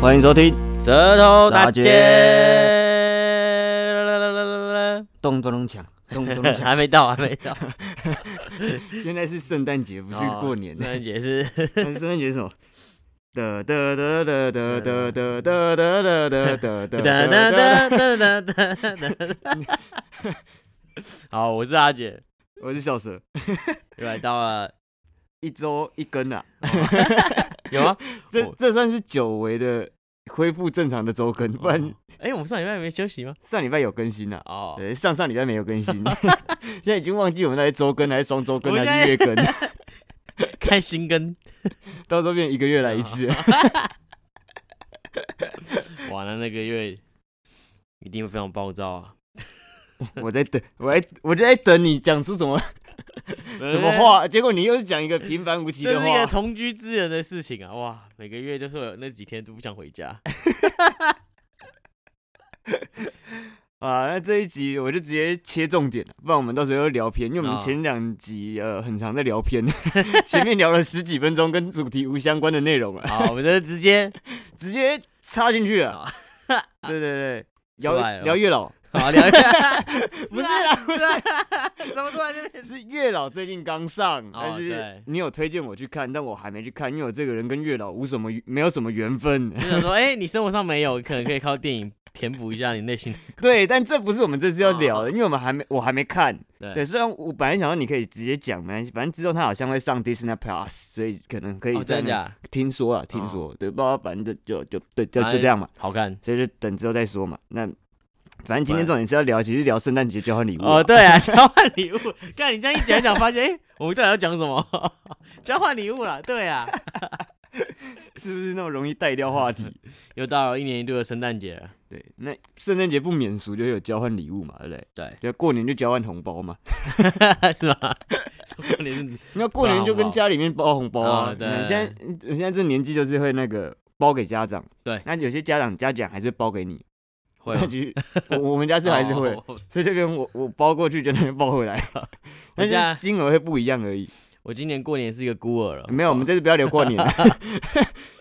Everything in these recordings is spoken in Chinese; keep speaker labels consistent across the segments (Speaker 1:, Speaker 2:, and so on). Speaker 1: 欢迎收听，
Speaker 2: 舌头大
Speaker 1: 大
Speaker 2: 街，
Speaker 1: 咚咚咚锵，咚咚咚锵。
Speaker 2: 还没到，还没到，
Speaker 1: 现在是圣诞节， 不是过年。
Speaker 2: 那也是
Speaker 1: 圣诞节是什么？得得得得得得得得得得得得
Speaker 2: 哒
Speaker 1: 得
Speaker 2: 哒
Speaker 1: 得
Speaker 2: 哒哒哒哒哒。 好，我是阿姐，
Speaker 1: 我是小蛇，
Speaker 2: 又来到了，
Speaker 1: 一周一根啊，
Speaker 2: 有啊，
Speaker 1: 这
Speaker 2: 我
Speaker 1: 这算是久违的恢复正常的周更，不然
Speaker 2: 哎，我们上礼拜没休息吗？
Speaker 1: 上礼拜有更新啊。
Speaker 2: 哦，
Speaker 1: 对，上上礼拜没有更新，现在已经忘记我们那些周更还是双周更
Speaker 2: 我
Speaker 1: 还是月更，
Speaker 2: 开心跟，
Speaker 1: 到时候变一个月来一次。
Speaker 2: 哇，那那个月一定会非常暴躁啊！
Speaker 1: 我在等，我在，我就在等你讲出什么什么？话，结果你又是讲一个平凡无奇
Speaker 2: 这
Speaker 1: 的
Speaker 2: 是一个
Speaker 1: 话。
Speaker 2: 同居之人的事情啊！哇，每个月就是有那几天都不想回家。
Speaker 1: 啊，那这一集我就直接切重点了，不然我们到时候又聊偏，因为我们
Speaker 2: 啊
Speaker 1: 前两集呃很常在聊偏， 前面聊了十几分钟跟主题无相关的内容了，
Speaker 2: 好，我们就直接
Speaker 1: 直接插进去了
Speaker 2: 啊。
Speaker 1: 对对对，
Speaker 2: 出来
Speaker 1: 聊
Speaker 2: 了
Speaker 1: 聊月 老，
Speaker 2: 好聊一 下，
Speaker 1: 不是啦，
Speaker 2: 不是啊， 怎么突然这边？
Speaker 1: 是月老最近刚上，但是
Speaker 2: 哦对
Speaker 1: 你有推荐我去看，但我还没去看，因为我这个人跟月老无什么没有什么缘分。
Speaker 2: 就想说，哎、你生活上没有，可能可以靠电影填补一下你内心的。
Speaker 1: 对，但这不是我们这次要聊的，因为我们还没我还没看。
Speaker 2: 哦对
Speaker 1: 对，虽然我本来想说你可以直接讲，没关系，反正之后他好像会上 Disney Plus，所以可能可以
Speaker 2: 哦，
Speaker 1: 在
Speaker 2: 真的
Speaker 1: 那、
Speaker 2: 假
Speaker 1: 听说啊，听
Speaker 2: 哦
Speaker 1: 说，对，不知道，反正就就就对，就
Speaker 2: 反
Speaker 1: 就
Speaker 2: 正
Speaker 1: 这样嘛，
Speaker 2: 好看。
Speaker 1: 所以就等之后再说嘛。那反正今天
Speaker 2: 对
Speaker 1: 重点是要聊，其实聊圣诞节交换礼物啊、
Speaker 2: 哦，对啊，交换礼物。看你这样一讲一讲，发现哎、我们到底要讲什么？ 交换礼物啦，对啊，
Speaker 1: 是不是那么容易带掉话题？
Speaker 2: 又到了一年一度的圣诞节了。
Speaker 1: 对，那圣诞节不免俗就有交换礼物嘛，对不对？
Speaker 2: 对，
Speaker 1: 就过年就交换红包嘛，
Speaker 2: 是 吧？说不定是
Speaker 1: 那过年就
Speaker 2: 包
Speaker 1: 跟
Speaker 2: 红包
Speaker 1: 家里面包红包啊。
Speaker 2: 哦对
Speaker 1: 嗯现在现在这年纪就是会那个包给家长，
Speaker 2: 对
Speaker 1: 那有些家长家长还是会包给你，
Speaker 2: 会
Speaker 1: 那
Speaker 2: 吗，
Speaker 1: 就我我们家 是还是会，
Speaker 2: 哦
Speaker 1: 所以这边我我包过去就能包回来，但
Speaker 2: 家哦
Speaker 1: 是金额会不一样而已。
Speaker 2: 我今年过年是一个孤儿了。
Speaker 1: 没有，我们这次不要聊过 年，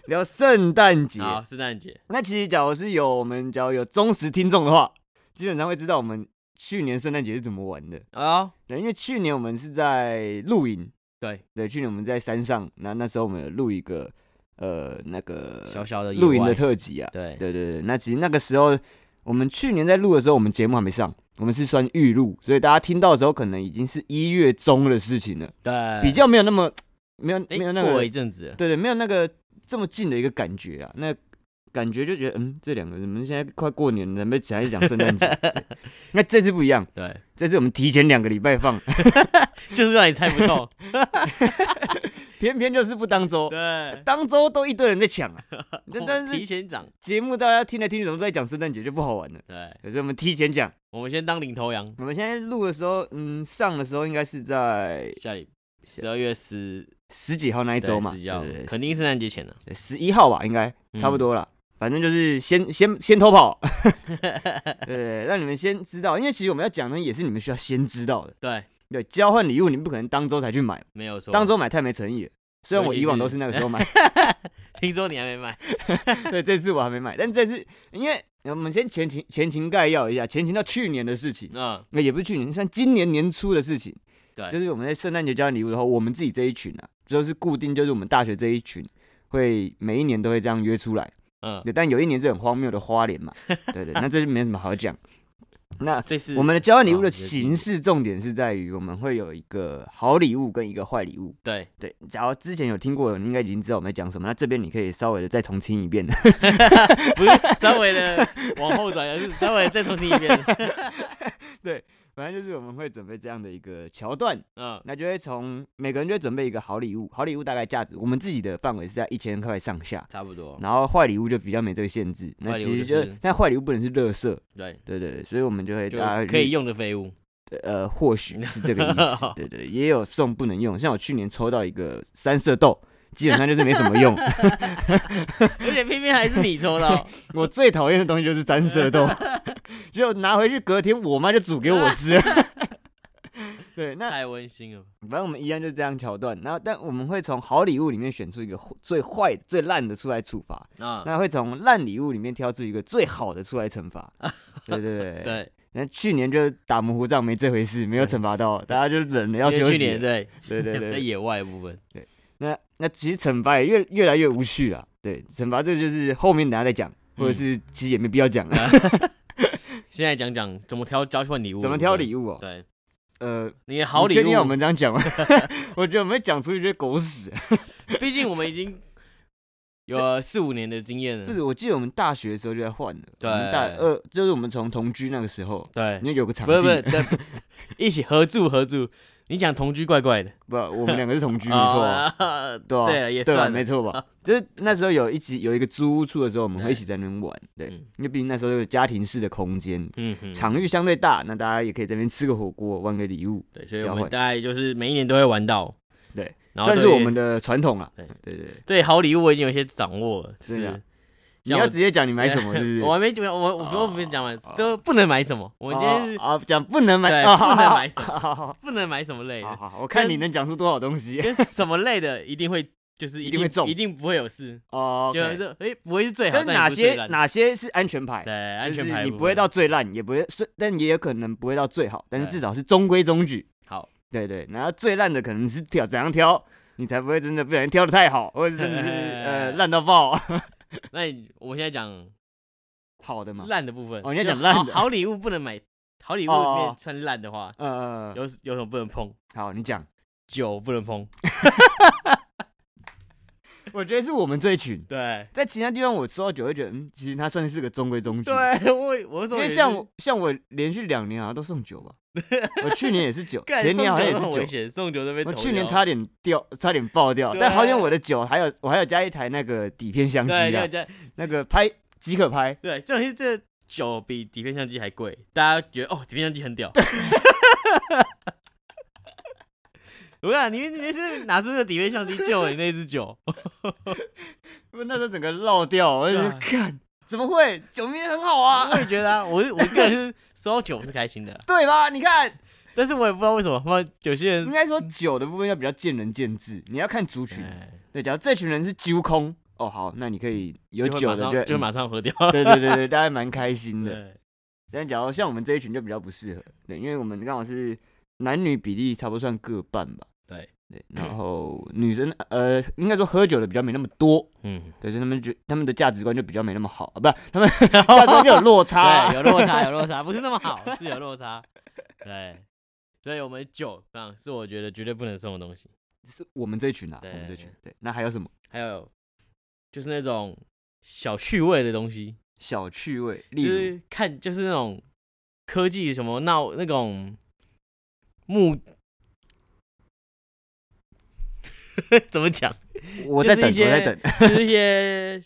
Speaker 1: 聊圣诞节。
Speaker 2: 好，圣诞节
Speaker 1: 那其实假如是有我们假如有忠实听众的话，基本上会知道我们去年圣诞节是怎么玩的。
Speaker 2: 哦，
Speaker 1: 对，因为去年我们是在露营，
Speaker 2: 对，
Speaker 1: 对，去年我们在山上，那那时候我们有录一个呃那个
Speaker 2: 小小的野
Speaker 1: 露营的
Speaker 2: 外
Speaker 1: 特辑啊。
Speaker 2: 对
Speaker 1: 对对对，那其实那个时候我们去年在录的时候，我们节目还没上，我们是算预录，所以大家听到的时候可能已经是一月中的事情了，
Speaker 2: 对，
Speaker 1: 比较没有那么没有
Speaker 2: 哎
Speaker 1: 没有那
Speaker 2: 过
Speaker 1: 个
Speaker 2: 了一阵子了，
Speaker 1: 对对，没有那个这么近的一个感觉啊，那感觉就觉得嗯，这两个人我们现在快过年了，没讲一讲圣诞节， 对那这次不一样，
Speaker 2: 对，
Speaker 1: 这次我们提前两个礼拜放，
Speaker 2: 就是让你猜不透。
Speaker 1: 偏偏就是不当周。
Speaker 2: 对，
Speaker 1: 当周都一堆人在抢啊，但但
Speaker 2: 哦提
Speaker 1: 是
Speaker 2: 前涨。
Speaker 1: 节目大家听来听去怎么都在讲圣诞节就不好玩了，
Speaker 2: 对，
Speaker 1: 所以我们提前讲。
Speaker 2: 我们先当领头羊。
Speaker 1: 我们现在录的时候，嗯，上的时候应该是在
Speaker 2: 下礼十二月十
Speaker 1: 十几号那一
Speaker 2: 一
Speaker 1: 周嘛，
Speaker 2: 十几号
Speaker 1: 对对对
Speaker 2: 肯定圣诞节前了。
Speaker 1: 十十一号吧，应该
Speaker 2: 嗯
Speaker 1: 差不多了。反正就是先先先偷 跑，对对对，让你们先知道，因为其实我们要讲的也是你们需要先知道的。
Speaker 2: 对，
Speaker 1: 对，交换礼物你不可能当周才去买，
Speaker 2: 没有错。
Speaker 1: 当周买太没诚意了。虽然我
Speaker 2: 尤其
Speaker 1: 以往
Speaker 2: 是
Speaker 1: 都是那个时候买，
Speaker 2: 听说你还没买，
Speaker 1: 对，这次我还没买， 但这次因为我们先前情前情概要一下，前情到去年的事情，
Speaker 2: 嗯，
Speaker 1: 那也不是去年，算今年年初的事情。
Speaker 2: 对
Speaker 1: 就是我们在圣诞节交换礼物的话，我们自己这一群啊，就是固定，就是我们大学这一群，会每一年都会这样约出来。
Speaker 2: 嗯，
Speaker 1: 对，但有一年是很荒谬的花莲 嘛，对对，那这就没什么好讲。那
Speaker 2: 这次
Speaker 1: 我们的交换礼物的
Speaker 2: 好这是
Speaker 1: 形式重点是在于，我们会有一个好礼物跟一个坏礼物。
Speaker 2: 对
Speaker 1: 对，假如之前有听过，你应该已经知道我们在讲什么。那这边你可以稍微的再重听一遍。
Speaker 2: 不是稍微的往后转，而是稍微再重听 一遍。
Speaker 1: 反正就是我们会准备这样的一个桥段，
Speaker 2: 嗯，
Speaker 1: 那就会从每个人就会准备一个好礼物，好礼物大概价值我们自己的范围是在一千块上下，
Speaker 2: 差不多。
Speaker 1: 然后坏礼物就比较没这个限制。那
Speaker 2: 哦坏礼物
Speaker 1: 其实
Speaker 2: 就是
Speaker 1: 就但坏礼物不能是垃圾，
Speaker 2: 对，
Speaker 1: 对对对，所以我们就会
Speaker 2: 就
Speaker 1: 大家
Speaker 2: 可以用的废物。
Speaker 1: 呃，或许是这个意 思。对对，也有送不能用，像我去年抽到一个三色豆，基本上就是没什么 用。
Speaker 2: 而且偏偏还是你 抽到，
Speaker 1: 我最讨厌的东西就是 三色豆，就拿回去隔天我妈就煮给我吃。 对，那
Speaker 2: 太温馨了吧。
Speaker 1: 反正我们一样就是这样桥段，然后但我们会从好礼物里面选出一个最坏、最烂的出来处罚，
Speaker 2: 啊，
Speaker 1: 那会从烂礼物里面挑出一个最好的出来惩罚。对对对。
Speaker 2: 啊 对，
Speaker 1: 那去年就打模糊仗没这回事，没有惩罚到，大家就忍了要
Speaker 2: 因
Speaker 1: 休
Speaker 2: 为
Speaker 1: 息。
Speaker 2: 去年对，
Speaker 1: 对 对对
Speaker 2: 在野外的部分，
Speaker 1: 那那其实惩罚也越越来越无趣了。对，惩罚这个就是后面大家再讲，或者
Speaker 2: 嗯
Speaker 1: 是其实也没必要讲了。
Speaker 2: 现在讲讲怎么挑交换 礼物，
Speaker 1: 怎么挑？礼物哦？
Speaker 2: 对，
Speaker 1: 呃，
Speaker 2: 你的好
Speaker 1: 你
Speaker 2: 礼
Speaker 1: 确定要我
Speaker 2: 物，
Speaker 1: 们这样 讲吗？我觉得我们讲出一堆狗屎。
Speaker 2: 毕竟我们已经有了四五年的经验
Speaker 1: 就
Speaker 2: 了。
Speaker 1: 是我记得我们大学的时候就在换了，
Speaker 2: 对
Speaker 1: 我们大二就是我们从同居那个时候，
Speaker 2: 对，
Speaker 1: 因为有个场
Speaker 2: 不是不是，
Speaker 1: 地，
Speaker 2: 对，不一起合住合住。你讲同居怪怪的，
Speaker 1: 不，我们两个是同 居，没错啊，
Speaker 2: 错
Speaker 1: 对啊
Speaker 2: 哦对了，也
Speaker 1: 对吧？
Speaker 2: 算
Speaker 1: 没
Speaker 2: 了，
Speaker 1: 错 吧？就是那时候有一起有一个租屋处的时候，我们会一起在那边玩，对，
Speaker 2: 嗯
Speaker 1: 因为毕竟那时候有家庭式的空间，
Speaker 2: 嗯哼，
Speaker 1: 场域相对大，那大家也可以在那边吃个火锅，玩个礼物，
Speaker 2: 对，所以
Speaker 1: 交
Speaker 2: 我
Speaker 1: 换
Speaker 2: 们大概就是每一年都会玩到，
Speaker 1: 对，
Speaker 2: 然后
Speaker 1: 算是
Speaker 2: 对
Speaker 1: 我们的传统了。
Speaker 2: 对
Speaker 1: 对对，
Speaker 2: 对好礼物我已经有一些掌握了，就是
Speaker 1: 啊
Speaker 2: 是
Speaker 1: 你要直接讲你买什么，是不是？
Speaker 2: 我还没准备，我我
Speaker 1: 哦
Speaker 2: 我没讲完
Speaker 1: 哦，
Speaker 2: 都不能买什么，我们今天是
Speaker 1: 哦啊，讲不能买，
Speaker 2: 对
Speaker 1: 哦
Speaker 2: 不能买什么
Speaker 1: 好好好
Speaker 2: 不能买什么类
Speaker 1: 好
Speaker 2: 的，
Speaker 1: 好好，我看
Speaker 2: 跟
Speaker 1: 你能讲出多少东西
Speaker 2: 跟什么类的一定会就是
Speaker 1: 一定会中
Speaker 2: 一定不会有事，
Speaker 1: 哦。
Speaker 2: 就
Speaker 1: OK
Speaker 2: 是哎不会是最
Speaker 1: 就
Speaker 2: 好，
Speaker 1: 是
Speaker 2: 但
Speaker 1: 哪
Speaker 2: 也不是最
Speaker 1: 些
Speaker 2: 烂的
Speaker 1: 哪些是安全牌
Speaker 2: 对，安
Speaker 1: 就
Speaker 2: 全
Speaker 1: 是
Speaker 2: 牌
Speaker 1: 你
Speaker 2: 部
Speaker 1: 不会
Speaker 2: 分
Speaker 1: 到最烂，也不会是，但也有可能不会到最好，但是
Speaker 2: 对
Speaker 1: 至少是中规中矩。
Speaker 2: 好，
Speaker 1: 对对，然后最烂的可能是挑怎样挑，你才不会真的不小心挑的太好，或者真的是 呃烂到爆。
Speaker 2: 那你我现在讲
Speaker 1: 好的嘛，
Speaker 2: 烂的部分，
Speaker 1: 哦你要
Speaker 2: 就
Speaker 1: 讲烂
Speaker 2: 好
Speaker 1: 的
Speaker 2: 好礼物不能买，好礼物
Speaker 1: 哦
Speaker 2: 里
Speaker 1: 哦
Speaker 2: 面穿烂的话，
Speaker 1: 呃，
Speaker 2: 有有什么不能碰？
Speaker 1: 好，你讲。
Speaker 2: 酒不能碰，
Speaker 1: 我觉得是我们这一群，
Speaker 2: 对
Speaker 1: 在其他地方我吃到酒会觉得，嗯，其实它算是个中规中矩。，
Speaker 2: 对，啊我我怎
Speaker 1: 因
Speaker 2: 么
Speaker 1: 为
Speaker 2: 以
Speaker 1: 像
Speaker 2: 是
Speaker 1: 我像我连续两年好像都送 酒吧，我去年也是酒，
Speaker 2: 干
Speaker 1: 前年好像也
Speaker 2: 送酒都很
Speaker 1: 是
Speaker 2: 危
Speaker 1: 酒。
Speaker 2: 险，送酒都被
Speaker 1: 我
Speaker 2: 头
Speaker 1: 去年
Speaker 2: 条
Speaker 1: 差点掉，啊差点爆掉，
Speaker 2: 对
Speaker 1: 但好险我的酒还有，我还有加一台那个底片相机
Speaker 2: 对
Speaker 1: 啊
Speaker 2: 对，对
Speaker 1: 那个拍即可拍，
Speaker 2: 对，这种是这酒比底片相机还贵，大家觉得哦底片相机很 屌。我讲你们你们是不是拿出那底片相机救了你那只酒？
Speaker 1: 我那时候整个漏掉，我就觉得
Speaker 2: 对
Speaker 1: 看怎么会酒明明很好啊
Speaker 2: 我，也觉得啊，我是我个人是收到酒是开心的啊，
Speaker 1: 对吧？你看，
Speaker 2: 但是我也不知道为什么，他妈有些
Speaker 1: 应
Speaker 2: 人
Speaker 1: 该说酒的部分要比较见仁见智，你要看族群。
Speaker 2: 哎
Speaker 1: 对，假如这群人是揪空，哦好，那你可以有
Speaker 2: 就会
Speaker 1: 酒
Speaker 2: 马
Speaker 1: 的
Speaker 2: 上
Speaker 1: 就
Speaker 2: 就会
Speaker 1: 嗯
Speaker 2: 马上喝掉。
Speaker 1: 对对对对，大家蛮开心的。
Speaker 2: 对，
Speaker 1: 但假如像我们这一群就比较不适合，对，因为我们刚好是男女比例差不多算各半吧。
Speaker 2: 对
Speaker 1: 对，然后女生呃，应该说喝酒的比较没那么多，
Speaker 2: 嗯，
Speaker 1: 对，所以他们觉他们的价值观就比较没那么好啊，不，他们 价值观就有落差
Speaker 2: 对，。有 落差，有落差，不是那么好，是有落差。对，所以我们酒啊，是我觉得绝对不能送的东西。
Speaker 1: 是我们这一群啊，我
Speaker 2: 对
Speaker 1: 们这一群。对，那还有什么
Speaker 2: 还有就是那种小趣味的东西，
Speaker 1: 小趣味？
Speaker 2: 就
Speaker 1: 例如
Speaker 2: 是看就是那种科技什么闹那种 木，怎么讲？
Speaker 1: 我在等，我
Speaker 2: 就是一些
Speaker 1: 在等，
Speaker 2: 就是一些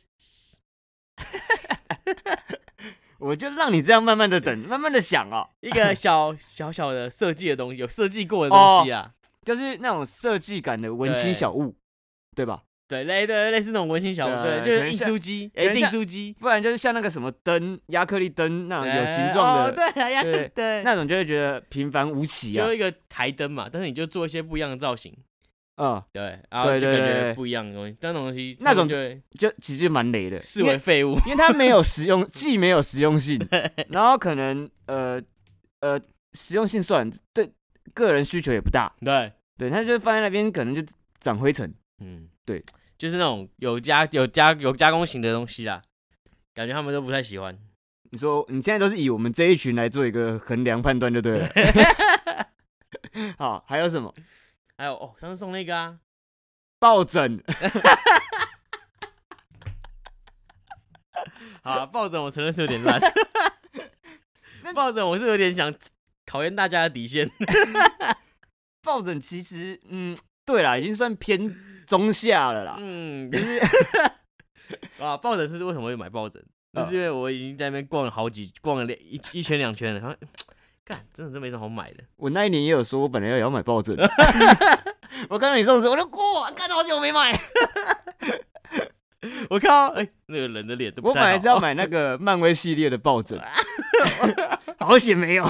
Speaker 1: 我就让你这样慢慢的等，慢慢的想啊，
Speaker 2: 一 个小小小的设计的东西，有设计过的
Speaker 1: 哦
Speaker 2: 东西啊。
Speaker 1: 就是那种设计感的文青
Speaker 2: 对
Speaker 1: 小物，对吧？
Speaker 2: 对，类对类似那种文青小物，
Speaker 1: 对
Speaker 2: 对，就
Speaker 1: 可
Speaker 2: 是
Speaker 1: 能
Speaker 2: 印
Speaker 1: 像
Speaker 2: 书机，
Speaker 1: 可
Speaker 2: 哎，
Speaker 1: 能
Speaker 2: 订
Speaker 1: 像
Speaker 2: 书机，
Speaker 1: 不然就是像那个什么灯，亚克力灯那种有
Speaker 2: 哎
Speaker 1: 形状
Speaker 2: 哦
Speaker 1: 的，
Speaker 2: 对啊呀，
Speaker 1: 对
Speaker 2: 对，
Speaker 1: 那种就会觉得平凡无奇啊
Speaker 2: 就。一个台灯嘛，但是你就做一些不一样的造型，
Speaker 1: 嗯，
Speaker 2: 对，然后
Speaker 1: 对
Speaker 2: 就
Speaker 1: 对
Speaker 2: 感
Speaker 1: 对对
Speaker 2: 觉不一样的东西，但那种东西
Speaker 1: 那种
Speaker 2: 对
Speaker 1: 就其实蛮雷的，
Speaker 2: 视
Speaker 1: 因为
Speaker 2: 为废物，
Speaker 1: 因为它没有实用，既没有实用性，然后可能呃呃实用性算了对个人需求也不大，
Speaker 2: 对，
Speaker 1: 对，它就放在那边可能就长灰尘。
Speaker 2: 嗯，
Speaker 1: 对，
Speaker 2: 就是那种有加有加有加工型的东西啦，感觉他们都不太喜欢。
Speaker 1: 你说你现在都是以我们这一群来做一个衡量判断就对了。好，还有什么
Speaker 2: 还有哦，上次送那个啊，
Speaker 1: 抱枕？
Speaker 2: 好啊，抱枕我承认是有点 烂，抱枕我是有点想考验大家的底线，
Speaker 1: 抱枕其实嗯，对啦，已经算偏中下了啦。
Speaker 2: 嗯， 啊，抱枕是为什么会买抱枕？
Speaker 1: 嗯
Speaker 2: 就是因为我已经在那边逛了好几逛了两一一圈两圈了，然后干真的是没什么好买的。
Speaker 1: 我那一年也有说，我本来也要买抱枕，我看到你送的时候，我就过，干好久没买。
Speaker 2: 我靠，哎、那个人的脸都不
Speaker 1: 我本来
Speaker 2: 太
Speaker 1: 是要
Speaker 2: 好。
Speaker 1: 买那个漫 威系列的抱枕，好险没有。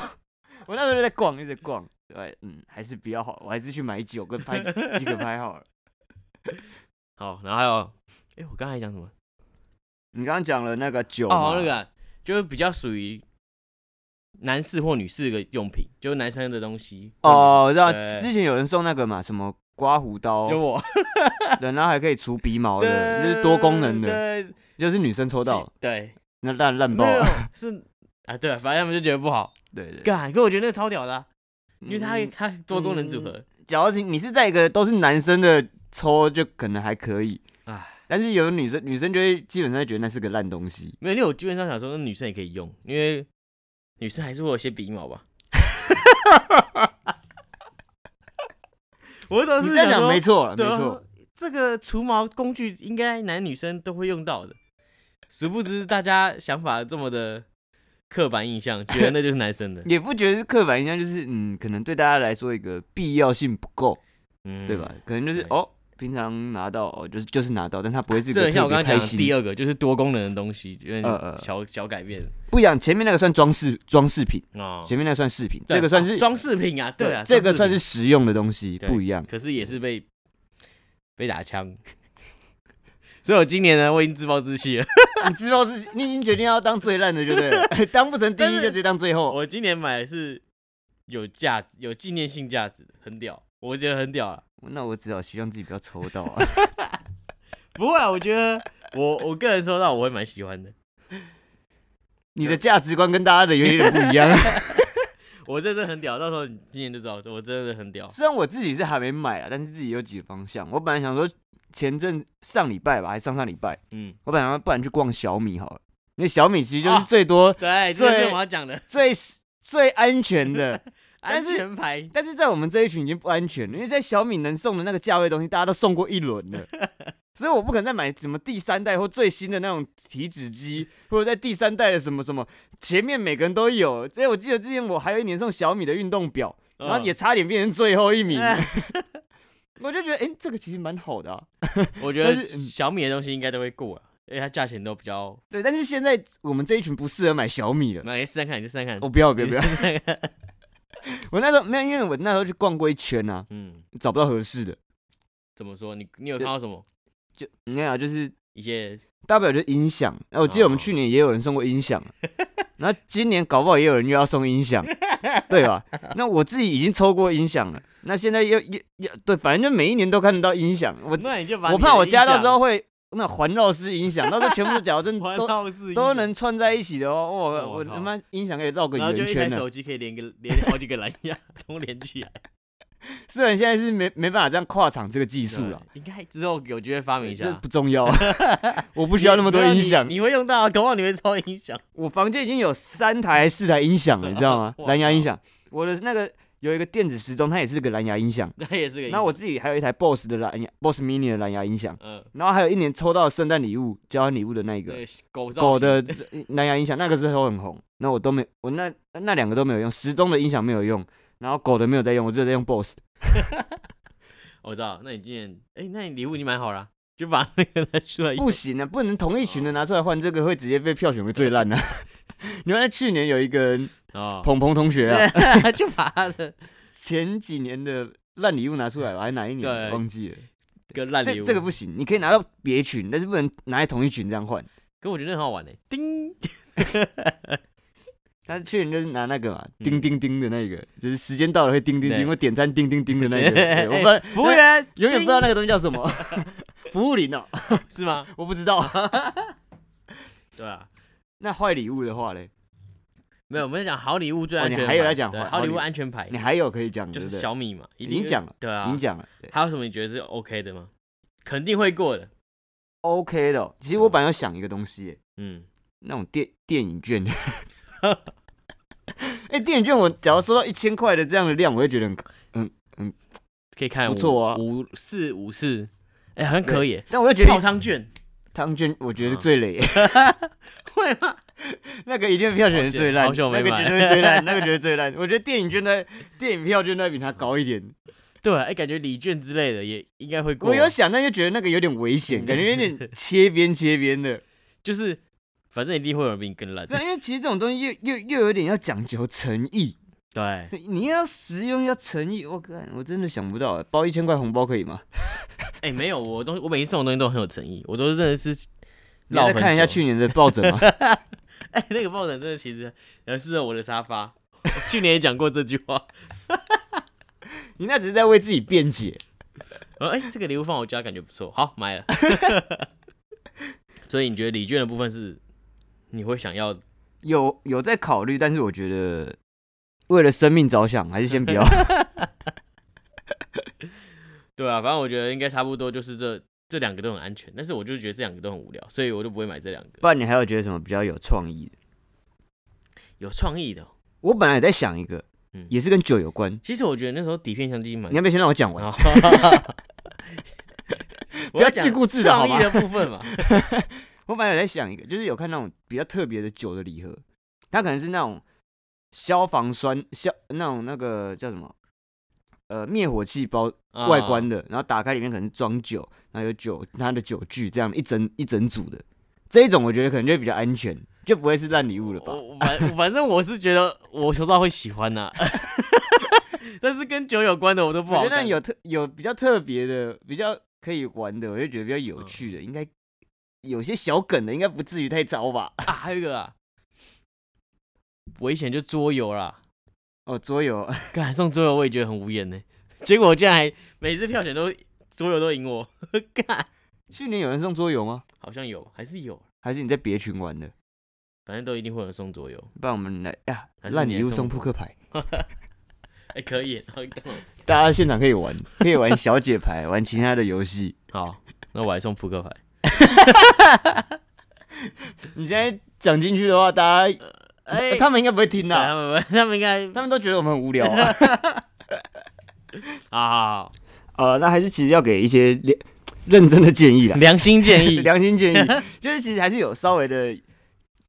Speaker 1: 我那时候就在逛，一直在逛，对，嗯，还是比较好，我还是去买酒跟拍几个拍好了。
Speaker 2: 好，然后还有，哎，我刚才讲什么？
Speaker 1: 你刚刚讲了那个酒嘛，
Speaker 2: 哦，那个就是比较属于男士或女士的用品，就是男生的东西。
Speaker 1: 哦，我知道
Speaker 2: 对
Speaker 1: 之前有人送那个嘛，什么刮胡刀
Speaker 2: 嗯，，就我
Speaker 1: 对，然后还可以除鼻毛的，哦就是多功能的，
Speaker 2: 对，
Speaker 1: 就是女生抽到，
Speaker 2: 对，
Speaker 1: 那烂烂爆
Speaker 2: 没有
Speaker 1: 了。
Speaker 2: 是啊，对，反正他们就觉得不好。
Speaker 1: 对对，
Speaker 2: 干，可我觉得那个超屌的啊、因为它
Speaker 1: 嗯
Speaker 2: 它多功能组合。
Speaker 1: 假如是你是在一个都是男生的抽，就可能还可以，
Speaker 2: 唉，
Speaker 1: 但是有女生女生就会基本上就觉得那是个烂东西。
Speaker 2: 没有，因为我基本上想说，那女生也可以用，因为女生还是会有一些鼻毛吧。我总
Speaker 1: 你
Speaker 2: 是
Speaker 1: 这样讲
Speaker 2: 说
Speaker 1: 没错了，没
Speaker 2: 对啊
Speaker 1: 错。，，
Speaker 2: 这个除毛工具应该男女生都会用到的。殊不知大家想法这么的刻板印象，觉得那就是男生的
Speaker 1: 也不觉得是刻板印象，就是嗯，可能对大家来说一个必要性不够，
Speaker 2: 嗯，
Speaker 1: 对吧？？可能就是
Speaker 2: 对
Speaker 1: 哦，平常拿到哦，就是就是拿到，但它不会是一
Speaker 2: 这
Speaker 1: 个
Speaker 2: 很像
Speaker 1: 特
Speaker 2: 我刚
Speaker 1: 别
Speaker 2: 刚讲
Speaker 1: 开
Speaker 2: 的第
Speaker 1: 心。
Speaker 2: 二个，就是多功能的东西，有
Speaker 1: 呃呃
Speaker 2: 点小小改变
Speaker 1: 不一样，前面那个算装饰装饰品，
Speaker 2: 哦。
Speaker 1: 前面那个算饰品，
Speaker 2: 对
Speaker 1: 这个算
Speaker 2: 啊
Speaker 1: 是
Speaker 2: 装饰品啊，对啊，
Speaker 1: 这个
Speaker 2: 装
Speaker 1: 算
Speaker 2: 饰
Speaker 1: 是实用的东西，
Speaker 2: 对
Speaker 1: 不一 样
Speaker 2: 品，。可是也是被被打枪。所以我今年呢，我已经自暴自弃了。
Speaker 1: 你知道自己，你已经决定要当最烂的，对不 对？当不成第
Speaker 2: 但
Speaker 1: 一
Speaker 2: 是
Speaker 1: 就直接当最后。
Speaker 2: 我今年买的是有价值、有纪念性价值的，很屌，我觉得很屌啊。
Speaker 1: 那我只好希望自己不要抽到 啊。
Speaker 2: 不会啊，我觉得我我个人收到我会蛮喜欢的。
Speaker 1: 你的价值观跟大家的有点不一样。
Speaker 2: 我真的很屌，到时候你今年就知道，我真的很屌。
Speaker 1: 虽然我自己是还没买啊，但是自己有几个方向。我本来想说前阵上礼拜吧，还上上礼拜，
Speaker 2: 嗯，
Speaker 1: 我本来想说不然去逛小米好了，因为小米其实就是最多、
Speaker 2: 对，这
Speaker 1: 最
Speaker 2: 是我要讲的
Speaker 1: 最最安全的。但
Speaker 2: 安
Speaker 1: 是
Speaker 2: 全牌。
Speaker 1: 但是在我们这一群已经不安全了，因为在小米能送的那个价位的东西，大家都送过一轮了，所以我不可能再买什么第三代或最新的那种体脂机，或者在第三代的什么什么，前面每个人都有。所以我记得之前我还有一年送小米的运动表，然后
Speaker 2: 嗯
Speaker 1: 也差点变成最后一名。
Speaker 2: 哎
Speaker 1: 我就觉得，哎、这个其实蛮好的、啊，
Speaker 2: 我觉
Speaker 1: 但
Speaker 2: 得
Speaker 1: 是嗯
Speaker 2: 小米的东西应该都会过啊，因为它价钱都比较。
Speaker 1: 对。但是现在我们这一群不适合买小米了，
Speaker 2: 那你试看看，你就试看
Speaker 1: 我
Speaker 2: 看。
Speaker 1: 不要，不要，不要。 我那时候没有，因为我那时候去逛过一圈啊，
Speaker 2: 嗯，
Speaker 1: 找不到合适的，
Speaker 2: 怎么说？你你有看到什么？
Speaker 1: 就你看啊，就是
Speaker 2: 一些
Speaker 1: 大不了就是音响。哎、我记得我们
Speaker 2: 哦
Speaker 1: 去年也有人送过音响，然后今年搞不好也有人又要送音 响，对吧？那我自己已经抽过音响了，那现在又又又对，反正就每一年都看得到音响。我
Speaker 2: 那你就把
Speaker 1: 我
Speaker 2: 你的
Speaker 1: 怕我家
Speaker 2: 音响
Speaker 1: 到 时候会那环绕式音响，到时候全部矫正
Speaker 2: 环
Speaker 1: 都
Speaker 2: 绕式音
Speaker 1: 都
Speaker 2: 响，
Speaker 1: 能串在一起的哦。我
Speaker 2: 我
Speaker 1: 我
Speaker 2: 靠
Speaker 1: 他妈音响可以绕个
Speaker 2: 然后
Speaker 1: 圆
Speaker 2: 就一
Speaker 1: 圈
Speaker 2: 台
Speaker 1: 呢。
Speaker 2: 手机可以连个连好几个蓝牙 都连起来。
Speaker 1: 虽然现在是没没办法这样跨场这个技术了
Speaker 2: 对，，应该之后有机会发明一
Speaker 1: 这
Speaker 2: 下。啊
Speaker 1: 不重 要，我不需要那么多音响
Speaker 2: 没有。你你会用到，啊搞不好你会抽音响。？
Speaker 1: 我房间已经有三台、还是四台音响了，你知道吗
Speaker 2: 哇
Speaker 1: 蓝牙音响，我的那个有一个电子时钟，它也是个蓝牙音响。
Speaker 2: 那也是个影 响。
Speaker 1: 那我自己还有一台 BOSS 的蓝牙 BOSS Mini 的蓝牙音响，
Speaker 2: 嗯，
Speaker 1: 然后还有一年抽到圣诞礼物、交换礼物的那一个
Speaker 2: 对，狗造
Speaker 1: 狗的
Speaker 2: 型
Speaker 1: 呃蓝牙音响，那个时候很红。那我都没，我那那两个都没有用，时钟的音响没有用，然后狗的没有在用，我只有在用 BOSS 的。
Speaker 2: 我知道。那你今年，哎、那你礼物你买好了啊、就把那个拿出来 用。
Speaker 1: 不行啊，不能同一群的拿出来换，这个会直接被票选为最烂的、啊。 你看去年有一个人
Speaker 2: 哦，
Speaker 1: 鹏鹏同学啊，
Speaker 2: 就把他的
Speaker 1: 前几年的烂礼物拿出来吧，还是哪一年
Speaker 2: 对
Speaker 1: 忘记了？
Speaker 2: 个烂礼
Speaker 1: 这
Speaker 2: 物。
Speaker 1: 这个，不行，你可以拿到别群，但是不能拿在同一群这样换。
Speaker 2: 可我觉得很好玩呢、叮，
Speaker 1: 但是去年就是拿那个嘛，
Speaker 2: 嗯
Speaker 1: 叮叮叮的那个，就是时间到了会叮叮
Speaker 2: 对
Speaker 1: 叮，或点餐叮叮叮的那 个。对
Speaker 2: 哎
Speaker 1: 我不知道，
Speaker 2: 服务员
Speaker 1: 永远不知道
Speaker 2: 叮
Speaker 1: 那个东西叫什么， 服务铃哦，
Speaker 2: 是吗？
Speaker 1: 我不知道。
Speaker 2: 对啊，
Speaker 1: 那坏礼物的话嘞，
Speaker 2: 没有，我们在讲好礼物最安
Speaker 1: 哦你
Speaker 2: 全牌。
Speaker 1: 还有在讲
Speaker 2: 对
Speaker 1: 好
Speaker 2: 好礼
Speaker 1: 礼
Speaker 2: 物
Speaker 1: 物
Speaker 2: 安全牌
Speaker 1: 你，还有可以讲的，
Speaker 2: 就
Speaker 1: 对不
Speaker 2: 是
Speaker 1: 对？
Speaker 2: 小米嘛，一
Speaker 1: 已
Speaker 2: 定
Speaker 1: 经讲了
Speaker 2: 对啊，
Speaker 1: 你讲了，对
Speaker 2: 还有什么你觉得是 OK 的吗？肯定会过的。
Speaker 1: ，OK 的哦。其实我本来要想一个东西耶，
Speaker 2: 嗯，
Speaker 1: 那种电电影券。 哎、电影券我假如收到一千块的这样的量，我会觉得很
Speaker 2: 可以看
Speaker 1: 不
Speaker 2: 五
Speaker 1: 错啊
Speaker 2: 五四五四，哎、好像可以耶。
Speaker 1: 但我又觉
Speaker 2: 泡
Speaker 1: 得
Speaker 2: 汤券
Speaker 1: 汤圈，我觉得
Speaker 2: 嗯
Speaker 1: 是最雷，
Speaker 2: 会吗？
Speaker 1: 那个一定票选的最烂，
Speaker 2: 好险好险我
Speaker 1: 那个
Speaker 2: 没买
Speaker 1: 绝对是最烂，那个绝对最烂。我觉得电影券的电影票券都比它高一点。
Speaker 2: 对，哎、感觉礼券之类的也应该会过。
Speaker 1: 我有想，但就觉得那个有点危
Speaker 2: 嗯
Speaker 1: 险，感觉有点切边切边的。
Speaker 2: 就是，反正一定会有人比你更烂。
Speaker 1: 对，因为其实这种东西又又又有点要讲究诚意，
Speaker 2: 对，
Speaker 1: 你要实用要诚意，我看我真的想不到，包一千块红包可以吗？
Speaker 2: 哎、没有，我东我每次送的东西都很有诚意，我都是真的是
Speaker 1: 你要
Speaker 2: 绕
Speaker 1: 再看一下
Speaker 2: 很久
Speaker 1: 去年的抱 枕吗？
Speaker 2: 哎、那个抱枕真的其实很适合我的沙发。 我去年也讲过这句话。
Speaker 1: 你那只是在为自己辩解。
Speaker 2: 我说哎、这个礼物放我家感觉不错，好买了。 所以你觉得礼券的部分是你会想要？
Speaker 1: 有有在考虑，但是我觉得为了生命着想，还是先不 要。
Speaker 2: 对啊，反正我觉得应该差不多，就是这这两个都很安全，但是我就觉得这两个都很无聊，所以我就不会买这两个
Speaker 1: 不然你还有觉得什么比较有创意的？
Speaker 2: 有创意的哦、
Speaker 1: 我本来也在想一个
Speaker 2: 嗯，
Speaker 1: 也是跟酒有关。
Speaker 2: 其实我觉得那时候底片相机蛮
Speaker 1: 你要不要先让我讲完？
Speaker 2: 哦
Speaker 1: 不要自顾自的好吗
Speaker 2: 创意的部分嘛。
Speaker 1: 我本来有在想一个，就是有看那种比较特别的酒的礼盒，它可能是那种消防栓、消那种那个叫什么，呃，灭火器包
Speaker 2: 啊
Speaker 1: 外观的，然后打开里面可能是装酒，然后有酒它的酒具这样一整一整组的，这一种我觉得可能就比较安全，就不会是烂礼物了吧？
Speaker 2: 啊我我反反正我是觉得我收到会喜欢呐、 但是跟酒有关的我都不
Speaker 1: 我
Speaker 2: 好
Speaker 1: 觉得
Speaker 2: 看。
Speaker 1: 有特有比较特别的、比较可以玩的，我就觉得比较有趣的，应该有些小梗的，应该不至于太糟吧？
Speaker 2: 啊，还有一个啊，危险就桌游啦，
Speaker 1: 哦，桌游，
Speaker 2: 敢送桌游我也觉得很无言呢、结果我竟然还每次票选都桌游都赢我，干，
Speaker 1: 去年有人送桌游吗？
Speaker 2: 好像有还是有，
Speaker 1: 还是你在别群玩的？
Speaker 2: 反正都一定会有人送桌游。
Speaker 1: 不然我们来呀，
Speaker 2: 还是
Speaker 1: 烂
Speaker 2: 你
Speaker 1: 礼物
Speaker 2: 送
Speaker 1: 送
Speaker 2: 我
Speaker 1: 扑克牌，
Speaker 2: 哎、可以， 然后等我死
Speaker 1: 大家现场可以玩， 可以玩小姐牌，玩其他的游戏。
Speaker 2: 好，那我还送扑克牌。
Speaker 1: 你现在讲进去的话，大家、
Speaker 2: 哎、
Speaker 1: 他们应该不会听啊
Speaker 2: 对
Speaker 1: 的，
Speaker 2: 他们他们应该
Speaker 1: 他们都觉得我们很无聊啊。
Speaker 2: 好好好
Speaker 1: 呃，那还是其实要给一些良认真的建 议啦，
Speaker 2: 良心建议，
Speaker 1: 良心建 议，就是其实还是有稍微的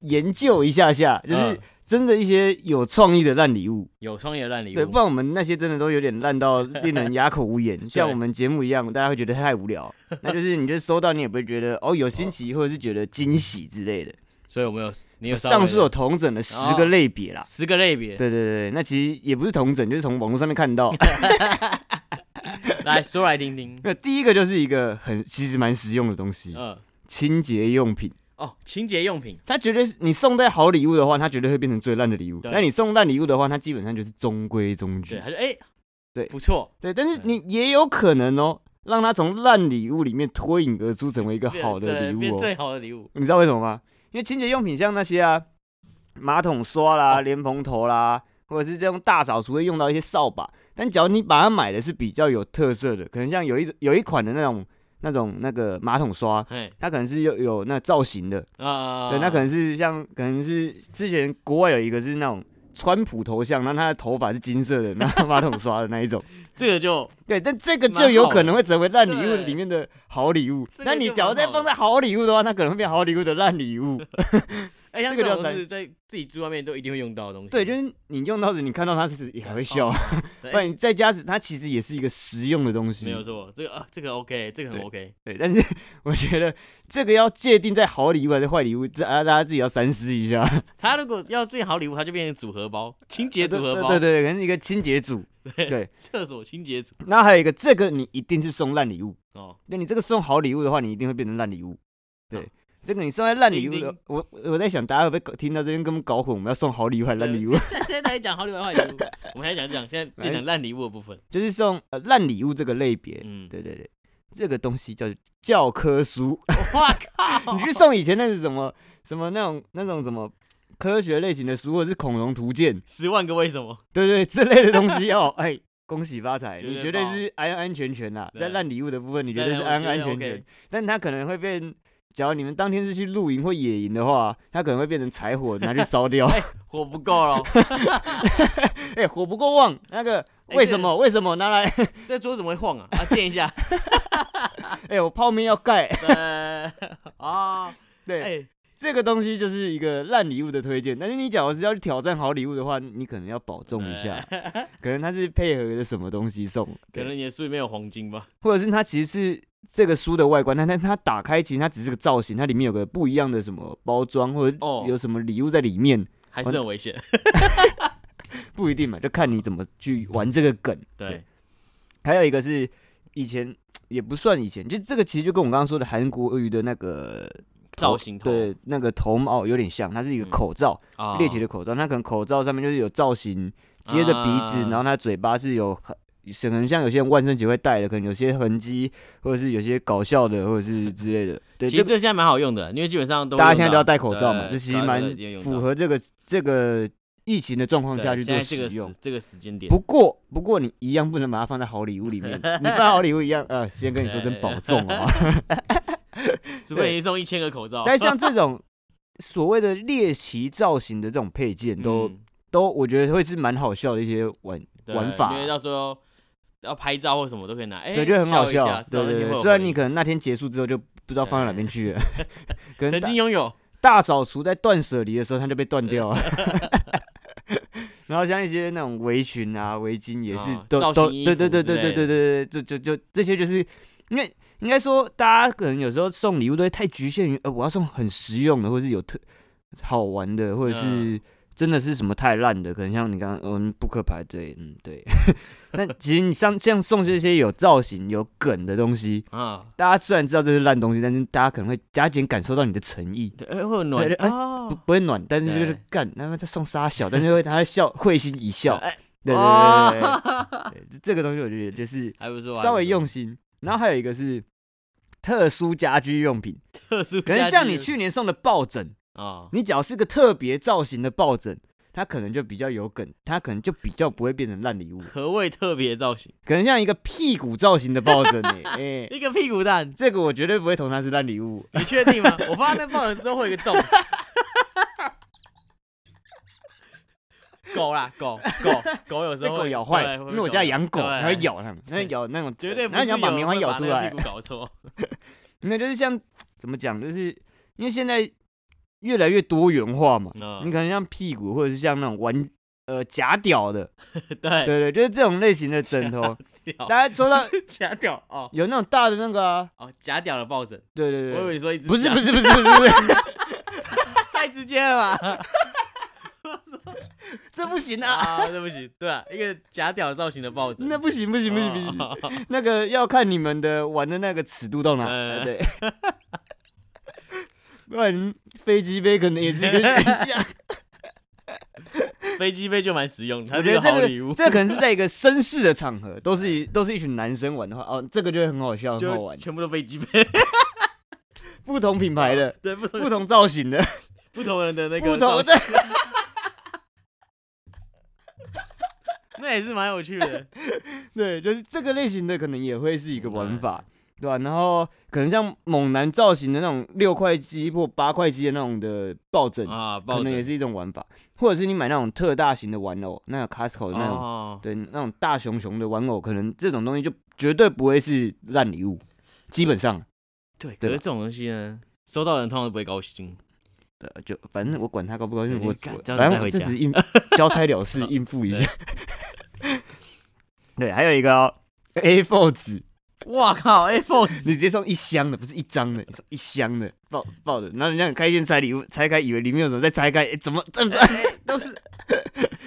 Speaker 1: 研究一下下，就是
Speaker 2: 嗯
Speaker 1: 真的一些有创意的烂礼物，
Speaker 2: 有创意的烂礼物。
Speaker 1: 对，不然我们那些真的都有点烂到令人哑口无 言，像我们节目一样，大家会觉得太无聊，那就是你就收到你也不会觉得哦有新奇，或者是觉得惊喜之类的。
Speaker 2: 所以我们有你有稍微
Speaker 1: 上述
Speaker 2: 的
Speaker 1: 有同整的十个
Speaker 2: 哦
Speaker 1: 类别啦，
Speaker 2: 十个类别，
Speaker 1: 对对对，那其实也不是同整，就是从网络上面看 到。
Speaker 2: 来说来听听。
Speaker 1: 那第一个就是一个很其实蛮实用的东西，
Speaker 2: 嗯，
Speaker 1: 清洁用品。
Speaker 2: 哦，清洁用品，
Speaker 1: 它绝对是你送对好礼物的话，它绝对会变成最烂的礼物。
Speaker 2: 对
Speaker 1: 那你送烂礼物的话，它基本上就是中规中
Speaker 2: 对，
Speaker 1: 矩。
Speaker 2: 他说哎，
Speaker 1: 对
Speaker 2: 不错，
Speaker 1: 对，但是
Speaker 2: 对
Speaker 1: 你也有可能哦，让它从烂礼物里面脱颖而出，成为一个
Speaker 2: 变
Speaker 1: 好的
Speaker 2: 对
Speaker 1: 礼
Speaker 2: 变
Speaker 1: 物哦。
Speaker 2: 最好的礼物。
Speaker 1: 你知道为什么吗？因为清洁用品像那些啊，马桶刷啦、
Speaker 2: 哦
Speaker 1: 莲蓬头啦，或者是这种大扫除会用到一些扫把。但假如你把它买的是比较有特色的，可能像有一有一款的那种那种那个马桶刷，
Speaker 2: 哎，
Speaker 1: 它可能是有有那造型的，
Speaker 2: 啊，
Speaker 1: 对，那可能是像，可能是之前国外有一个是那种川普头像，然后他的头发是金色的，然后马桶刷的那一 种。
Speaker 2: 这个就
Speaker 1: 对，但这个
Speaker 2: 蛮
Speaker 1: 就有
Speaker 2: 好
Speaker 1: 可能会成为烂礼物
Speaker 2: 对
Speaker 1: 里面的好礼物。
Speaker 2: 这
Speaker 1: 那
Speaker 2: 个
Speaker 1: 你
Speaker 2: 就
Speaker 1: 假如
Speaker 2: 蛮
Speaker 1: 再
Speaker 2: 好
Speaker 1: 放
Speaker 2: 的
Speaker 1: 在好礼物的话，那可能会变好礼物的烂礼物。
Speaker 2: 哎，像
Speaker 1: 这个叫
Speaker 2: 种
Speaker 1: 啥
Speaker 2: 是在自己住外面都一定会用到的东西。
Speaker 1: 对，就是你用到时，你看到它时也还会笑，
Speaker 2: 哦
Speaker 1: 不
Speaker 2: 对
Speaker 1: 然你在家时，它其实也是一个实用的东西。
Speaker 2: 没有错，这个啊，这个 OK，这个很
Speaker 1: 对
Speaker 2: OK。
Speaker 1: 对，但是 我觉得这个要界定在好礼物还是坏礼物，这啊大家自己要三思一下。
Speaker 2: 他如果要最好礼物，他就变成组合包，清洁组合
Speaker 1: 啊
Speaker 2: 包，
Speaker 1: 对对对，可能是一个清洁组。
Speaker 2: 厕所清洁组。
Speaker 1: 那还有一个，这个你一定是送烂礼物。
Speaker 2: 哦，
Speaker 1: 那你这个送好礼物的话，你一定会变成烂礼物。对，
Speaker 2: 好
Speaker 1: 这个你送在烂礼物
Speaker 2: 钉
Speaker 1: 的
Speaker 2: 钉，
Speaker 1: 我我在想，大家会不会搞听到这边跟我们搞混？我们要送好礼物还是烂礼物？
Speaker 2: 现在才讲好礼物坏礼 物，我们还讲讲，现在就讲烂礼物的部分。
Speaker 1: 就是送呃烂礼物这个类别。
Speaker 2: 嗯，
Speaker 1: 对对对，这个东西叫教科书。
Speaker 2: 哇 靠
Speaker 1: 你，去送以前那是什么什么那种那种什么科学类型的书，或者是恐龙图鉴，
Speaker 2: 十万个为什么？
Speaker 1: 对对这类的东西要哎。恭喜发财！
Speaker 2: 绝
Speaker 1: 你
Speaker 2: 对
Speaker 1: 绝对
Speaker 2: 爆
Speaker 1: 是安安全全啦，
Speaker 2: 对
Speaker 1: 在烂礼物的部分，你绝对
Speaker 2: 对
Speaker 1: 是
Speaker 2: 我
Speaker 1: 安
Speaker 2: 觉得
Speaker 1: 安全
Speaker 2: OK
Speaker 1: 全。但它可能会变，假如你们当天是去露营或野营的话，它可能会变成柴火拿去烧 掉。
Speaker 2: 哎火不够了，
Speaker 1: 哎、火不够旺，那个
Speaker 2: 哎
Speaker 1: 为
Speaker 2: 这
Speaker 1: 什么？为什么拿来？
Speaker 2: 这桌子怎么会晃啊？啊，垫一下。
Speaker 1: 哎、我泡面要盖。
Speaker 2: 呃，哦，
Speaker 1: 对，
Speaker 2: 哎，
Speaker 1: 这个东西就是一个烂礼物的推荐。但是你假如是要去挑战好礼物的话，你可能要保重一下，可能它是配合的什么东西送，
Speaker 2: 可
Speaker 1: 对
Speaker 2: 能你的书里面有黄金吧？
Speaker 1: 或者是它其实是这个书的外观，但但它打开其实它只是个造型，它里面有个不一样的什么包装，或者
Speaker 2: 哦
Speaker 1: 有什么礼物在里面。
Speaker 2: 还是很危险。
Speaker 1: 不不一定嘛，就看你怎么
Speaker 2: 嗯
Speaker 1: 去玩这个梗。
Speaker 2: 对，
Speaker 1: 还有一个是以前也不算以前，就这个其实就跟我刚刚说的韩国瑜的那个
Speaker 2: 造型头
Speaker 1: 对那个头帽有点像，它是一个
Speaker 2: 嗯
Speaker 1: 口罩，
Speaker 2: 啊
Speaker 1: 猎奇的口罩，它可能口罩上面就是有造型，接着鼻子，
Speaker 2: 啊
Speaker 1: 然后它嘴巴是有很。可能像有些人万圣节会戴的，可能有些痕迹，或者是有些搞笑的，或者是之类 的。对，
Speaker 2: 其
Speaker 1: 这
Speaker 2: 实这现在蛮好用的，因为基本上都
Speaker 1: 大家现在都
Speaker 2: 都
Speaker 1: 要戴口罩嘛，这其实蛮符合这个这个疫情的状况下去
Speaker 2: 对，现
Speaker 1: 做
Speaker 2: 在这
Speaker 1: 使
Speaker 2: 个
Speaker 1: 用
Speaker 2: 时。这个时间点
Speaker 1: 不过，不过你一样不能把它放在好礼物里 面，你放在好礼物一样，呃，先跟你说声保重啊。
Speaker 2: 除非你送一千个口罩，
Speaker 1: 但像这种所谓的猎奇造型的这种配件，都
Speaker 2: 嗯
Speaker 1: 都我觉得会是蛮好笑的一些玩
Speaker 2: 对
Speaker 1: 玩法
Speaker 2: 因为到最后要拍照或什么都可以拿，哎，
Speaker 1: 对，就很好
Speaker 2: 一
Speaker 1: 笑
Speaker 2: 下。
Speaker 1: 对对对，虽然你可能那天结束之后就不知道放在哪边去了， 可能
Speaker 2: 曾
Speaker 1: 大
Speaker 2: 经拥有，
Speaker 1: 大扫除在断舍离的时候，它就被断掉了。 然后像一些那种围裙啊、围巾也是
Speaker 2: 啊
Speaker 1: 都
Speaker 2: 造
Speaker 1: 都
Speaker 2: 型衣
Speaker 1: 对对
Speaker 2: 服
Speaker 1: 对
Speaker 2: 之
Speaker 1: 对对
Speaker 2: 类
Speaker 1: 对
Speaker 2: 的
Speaker 1: 对对，就就就这些，就是因为应该说大家可能有时候送礼物都会太局限于，呃，我要送很实用的，或是有特好玩的，或者是
Speaker 2: 嗯
Speaker 1: 真的是什么太烂的，可能像你刚刚嗯扑克牌，对，嗯对。 但其实你像像送这些有造型、有梗的东西，
Speaker 2: 啊，
Speaker 1: 大家虽然知道这是烂东西，但是大家可能会加减感受到你的诚意。
Speaker 2: 对，哎会有暖
Speaker 1: 对哎
Speaker 2: 哦
Speaker 1: 不不会暖，但是就是
Speaker 2: 对
Speaker 1: 干，他们在送沙小， 但是会他会笑，会心一笑。
Speaker 2: 哎
Speaker 1: 对对
Speaker 2: 哦
Speaker 1: 对对对 对对，这个东西我觉得就是
Speaker 2: 还不
Speaker 1: 稍微
Speaker 2: 错，还不错
Speaker 1: 用心。然后还有一个是特殊家居用品，
Speaker 2: 特殊家具，
Speaker 1: 可能像你去年送的抱枕，
Speaker 2: 啊，
Speaker 1: 你只要是个特别造型的抱枕，它可能就比较有梗，它可能就比较不会变成烂礼物。
Speaker 2: 何谓特别造型？
Speaker 1: 可能像一个屁股造型的抱枕、 欸，哎、
Speaker 2: 一个屁股蛋，
Speaker 1: 这个我绝对不会同它是烂礼物。
Speaker 2: 你确定吗？我发现那抱枕之后会有一个洞。狗啦，狗狗狗有时
Speaker 1: 被
Speaker 2: 候
Speaker 1: 狗
Speaker 2: 会
Speaker 1: 咬坏了，
Speaker 2: 对会被
Speaker 1: 因为我家养狗，
Speaker 2: 对
Speaker 1: 它会咬它们，它会咬那种，
Speaker 2: 绝对不
Speaker 1: 它
Speaker 2: 是
Speaker 1: 想把
Speaker 2: 有
Speaker 1: 棉
Speaker 2: 人
Speaker 1: 花
Speaker 2: 会
Speaker 1: 咬
Speaker 2: 把
Speaker 1: 出
Speaker 2: 那个
Speaker 1: 来
Speaker 2: 屁。股搞错。
Speaker 1: 那就是像怎么讲，就是因为现在越来越多元化嘛，你
Speaker 2: 嗯，
Speaker 1: 可能像屁股，或者是像那种玩呃假屌的，
Speaker 2: 对，
Speaker 1: 对对，就是这种类型的枕头，
Speaker 2: 屌
Speaker 1: 大家抽到
Speaker 2: 假屌哦
Speaker 1: 有那种大的那个啊，
Speaker 2: 哦，假屌的抱枕，
Speaker 1: 对
Speaker 2: 我
Speaker 1: 对对，
Speaker 2: 以为你说一只
Speaker 1: 不是
Speaker 2: 假
Speaker 1: 不是不是不是不是，
Speaker 2: 太直接了吧？我说
Speaker 1: 这不行啊，
Speaker 2: 啊，对不起，对啊，一个假屌造型的抱枕，
Speaker 1: 那不行不行不行不行，
Speaker 2: 哦
Speaker 1: 那个要看你们的玩的那个尺度到哪，
Speaker 2: 呃
Speaker 1: 对。 不然飞机杯可能也是一个选项，
Speaker 2: 飞机杯就蛮实用的，它
Speaker 1: 我
Speaker 2: 是
Speaker 1: 觉
Speaker 2: 一
Speaker 1: 得
Speaker 2: 个
Speaker 1: 这
Speaker 2: 好
Speaker 1: 个
Speaker 2: 礼物，
Speaker 1: 这个可能是在一个绅士的场合，都是都是一群男生玩的话，哦，这个哎就会很好笑，很好
Speaker 2: 就
Speaker 1: 玩。
Speaker 2: 全部都飞机杯，
Speaker 1: 不同品牌的、
Speaker 2: 对，不同
Speaker 1: 不同造型的、
Speaker 2: 不同人的那个
Speaker 1: 不同
Speaker 2: 造
Speaker 1: 的，
Speaker 2: 那也是蛮有趣的。
Speaker 1: 对，就是这个类型的可能也会是一个玩法，嗯对吧、然后可能像猛男造型的那种六块肌或八块肌的那种的抱枕，
Speaker 2: 啊，
Speaker 1: 可能也是一种玩法，或者是你买那种特大型的玩偶，那个 Costco 的那种，
Speaker 2: 哦，
Speaker 1: 对，那种大熊熊的玩偶，可能这种东西就绝对不会是烂礼物，基本上。
Speaker 2: 对，可
Speaker 1: 对
Speaker 2: 是
Speaker 1: 吧
Speaker 2: 这种东西呢，收到的人通常都不会高兴。
Speaker 1: 对，就反正我管他高不高兴，
Speaker 2: 对
Speaker 1: 我
Speaker 2: 你干
Speaker 1: 我
Speaker 2: 这
Speaker 1: 反
Speaker 2: 样带
Speaker 1: 正我
Speaker 2: 回
Speaker 1: 这
Speaker 2: 家
Speaker 1: 只应交差了事，应付一下。 对，还有一个哦 A4 纸，
Speaker 2: 哇靠，iPhone 哎
Speaker 1: 你直接送一箱的，不是一张的，你送一箱的，抱抱的，然后人家很开心拆礼物，拆开以为里面有什么，再拆开，诶怎么这么
Speaker 2: 哎 都是，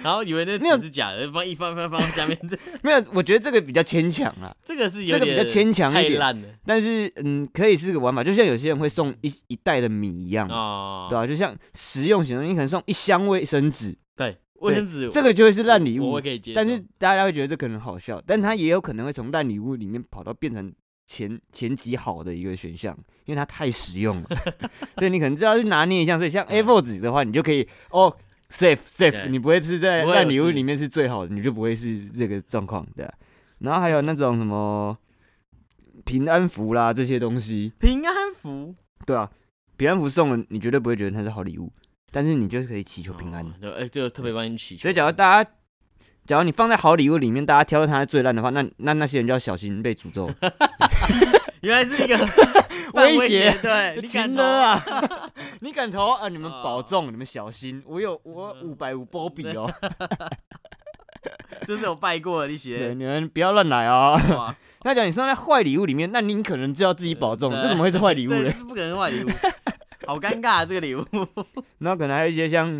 Speaker 2: 然后以为那
Speaker 1: 没有
Speaker 2: 纸是假的，放一翻翻放下面 的，
Speaker 1: 没有？我觉得这个比较牵强啦，
Speaker 2: 这个是有
Speaker 1: 这个
Speaker 2: 点
Speaker 1: 比较牵强
Speaker 2: 太
Speaker 1: 一点，
Speaker 2: 烂了
Speaker 1: 但是嗯，可以是个玩法，就像有些人会送一一袋的米一样，
Speaker 2: 哦。
Speaker 1: 嗯对啊吧、就像实用型的，你可能送一箱卫生纸，
Speaker 2: 对，卫生纸
Speaker 1: 这个就会是烂礼
Speaker 2: 我
Speaker 1: 物
Speaker 2: 我。可以接受，
Speaker 1: 但是大家会觉得这可能好笑，但它也有可能会从烂礼物里面跑到变成前前几好的一个选项，因为它太实用 了，所以你可能就要去拿捏一下。所以像
Speaker 2: 嗯
Speaker 1: A4 纸的话，你就可以哦，safe safe，
Speaker 2: 对
Speaker 1: 你不会是在
Speaker 2: 不会有
Speaker 1: 烂礼物
Speaker 2: 事
Speaker 1: 里面是最好的，你就不会是这个状况对啊。然后还有那种什么平安符啦这些东西，
Speaker 2: 平安符
Speaker 1: 对啊，平安符送了你绝对不会觉得它是好礼物，但是你就是可以祈求平安。
Speaker 2: 哦就哎，这个特别帮你祈求。
Speaker 1: 所以，假如大家，假如你放在好礼物里面，大家挑它最烂的话，那那那些人就要小心被诅咒，
Speaker 2: 原来是一个半
Speaker 1: 威胁
Speaker 2: 胁，对， 你哦敢
Speaker 1: 亲
Speaker 2: 投
Speaker 1: 的？啊！ 你敢投啊？你们
Speaker 2: 哦
Speaker 1: 保重，你们小心，我有我
Speaker 2: 嗯
Speaker 1: 五百五波比 哦，
Speaker 2: 这是有拜过的，你
Speaker 1: 对，
Speaker 2: 写
Speaker 1: 你们不要乱来哦。
Speaker 2: 哇，
Speaker 1: 那讲你送在坏礼物里面，那你可能就要自己保重，
Speaker 2: 对
Speaker 1: 这怎么会是坏礼物
Speaker 2: 对，
Speaker 1: 呢
Speaker 2: 这？是不可能坏礼物，好尴尬啊这个礼物。
Speaker 1: 然后可能还有一些像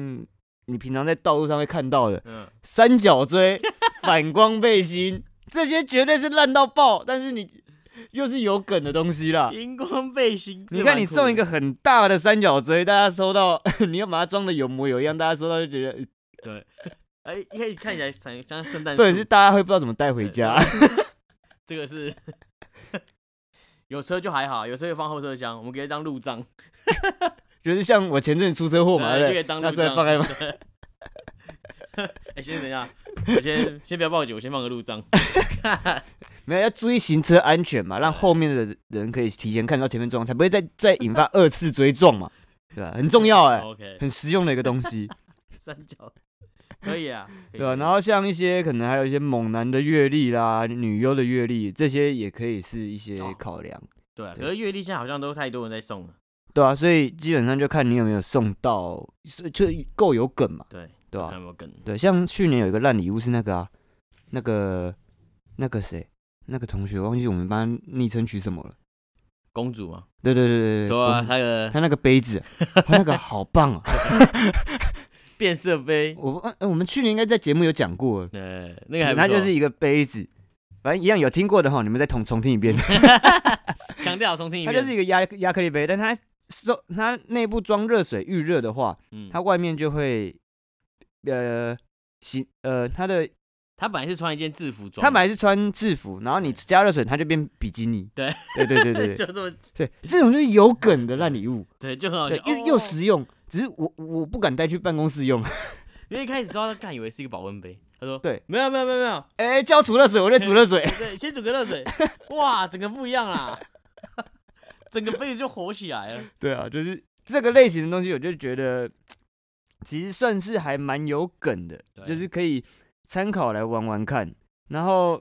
Speaker 1: 你平常在道路上会看到的
Speaker 2: 嗯，
Speaker 1: 三角 锥、反光背心，这些绝对是烂到爆，但是你又是有梗的东西啦。
Speaker 2: 荧光背心，
Speaker 1: 你看，你送一
Speaker 2: 个，
Speaker 1: 个很大的三角锥，大家收到， 你要把它装的有模有样，大家收到就觉得，
Speaker 2: 哎，一开始看起来像像圣诞树，
Speaker 1: 重点是大家会不知道怎么带回家。
Speaker 2: 这个是有车就还好，有车就放后车厢，我们可以当路障，
Speaker 1: 就是像我前阵子出车祸嘛，
Speaker 2: 呃就可
Speaker 1: 对不对？
Speaker 2: 以当
Speaker 1: 那
Speaker 2: 路
Speaker 1: 出来
Speaker 2: 障。
Speaker 1: 放在
Speaker 2: 对哎，先等一下，我先先不要报警，我先放个路障。
Speaker 1: 没有要注意行车安全嘛，让后面的人可以提前看到前面状况，才不会再再引发二次追撞嘛，对吧？很重 要哎、
Speaker 2: OK，
Speaker 1: 很实用的一个东 西，
Speaker 2: 三角可以啊，可以
Speaker 1: 对吧、
Speaker 2: 可以
Speaker 1: 然后像一些可能还有一些猛男的阅历啦、女优的阅历，这些也可以是一些
Speaker 2: 哦
Speaker 1: 考量，
Speaker 2: 对啊，
Speaker 1: 对
Speaker 2: 可是阅历现在好像都太多人在送了，
Speaker 1: 对啊，所以基本上就看你有没有送到，是就够有梗嘛，
Speaker 2: 对，
Speaker 1: 对啊吧、
Speaker 2: 看有没有梗？
Speaker 1: 对，像去年有一个烂礼物是那个啊，那个那个谁，那个同学忘记我们班昵称取什么了。
Speaker 2: 公主嘛，
Speaker 1: 对对对对对，我
Speaker 2: 说啊
Speaker 1: 们
Speaker 2: 她的
Speaker 1: 他那个杯 子，啊他那个好棒啊！
Speaker 2: 变色杯，
Speaker 1: 我呃我们去年应该在节目有讲过了，
Speaker 2: 呃，那个还不
Speaker 1: 它就
Speaker 2: 错
Speaker 1: 是一个杯子，反正一样有听过的哈，你们再重重听一遍。
Speaker 2: 强调重听一
Speaker 1: 它
Speaker 2: 遍，
Speaker 1: 就是一个压亚克力杯，但它收它内部装热水预热的话，
Speaker 2: 嗯
Speaker 1: 它外面就会呃形呃它的
Speaker 2: 他本来是穿一件制服装，
Speaker 1: 他本来是穿制服，然后你加热水，它就变比基尼。
Speaker 2: 对
Speaker 1: 对对对对
Speaker 2: 就
Speaker 1: 对
Speaker 2: 这么
Speaker 1: 对，这种就是有梗的烂礼物，
Speaker 2: 对，就很好笑
Speaker 1: 对，，又又
Speaker 2: 哦
Speaker 1: 实用，只是我我不敢带去办公室用。
Speaker 2: 因为一开始知道他干以为是一个保温杯，他说
Speaker 1: 对，
Speaker 2: 没有没有没有没 有，
Speaker 1: 哎，叫煮热水，我在煮热水。
Speaker 2: 对，先煮个热水，哇，整个不一样啦， 整个杯子就火起来了，
Speaker 1: 对啊，就是这个类型的东西，我就觉得其实算是还蛮有梗的，
Speaker 2: 对
Speaker 1: 就是可以参考来玩玩看。然后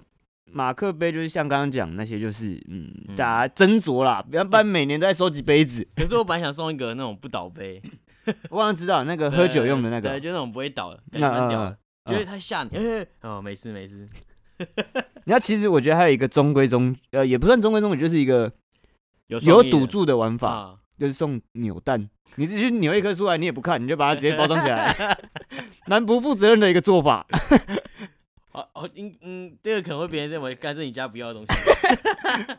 Speaker 1: 马克杯就是像刚刚讲那些，就是嗯，
Speaker 2: 嗯
Speaker 1: 大家斟酌啦，不要不然每年都在收集杯子。
Speaker 2: 可是我本来想送一个那种不倒杯，
Speaker 1: 我好像知道那个
Speaker 2: 对
Speaker 1: 喝酒用的那个啊
Speaker 2: 对，，就那种不会倒的，感觉蛮屌
Speaker 1: 那呃
Speaker 2: 的，觉得太吓你， 哎哦，没事没事，
Speaker 1: 然后其实我觉得还有一个中规中，呃，也不算中规中矩，就是一个有
Speaker 2: 有创意的
Speaker 1: 赌注的玩法，
Speaker 2: 啊，
Speaker 1: 就是送扭蛋，你自己去扭一颗出来，你也不看，你就把它直接包装起 来，蛮不负责任的一个做法。
Speaker 2: 哦哦，嗯嗯，这个可能会别人认为干这你家不要的东西，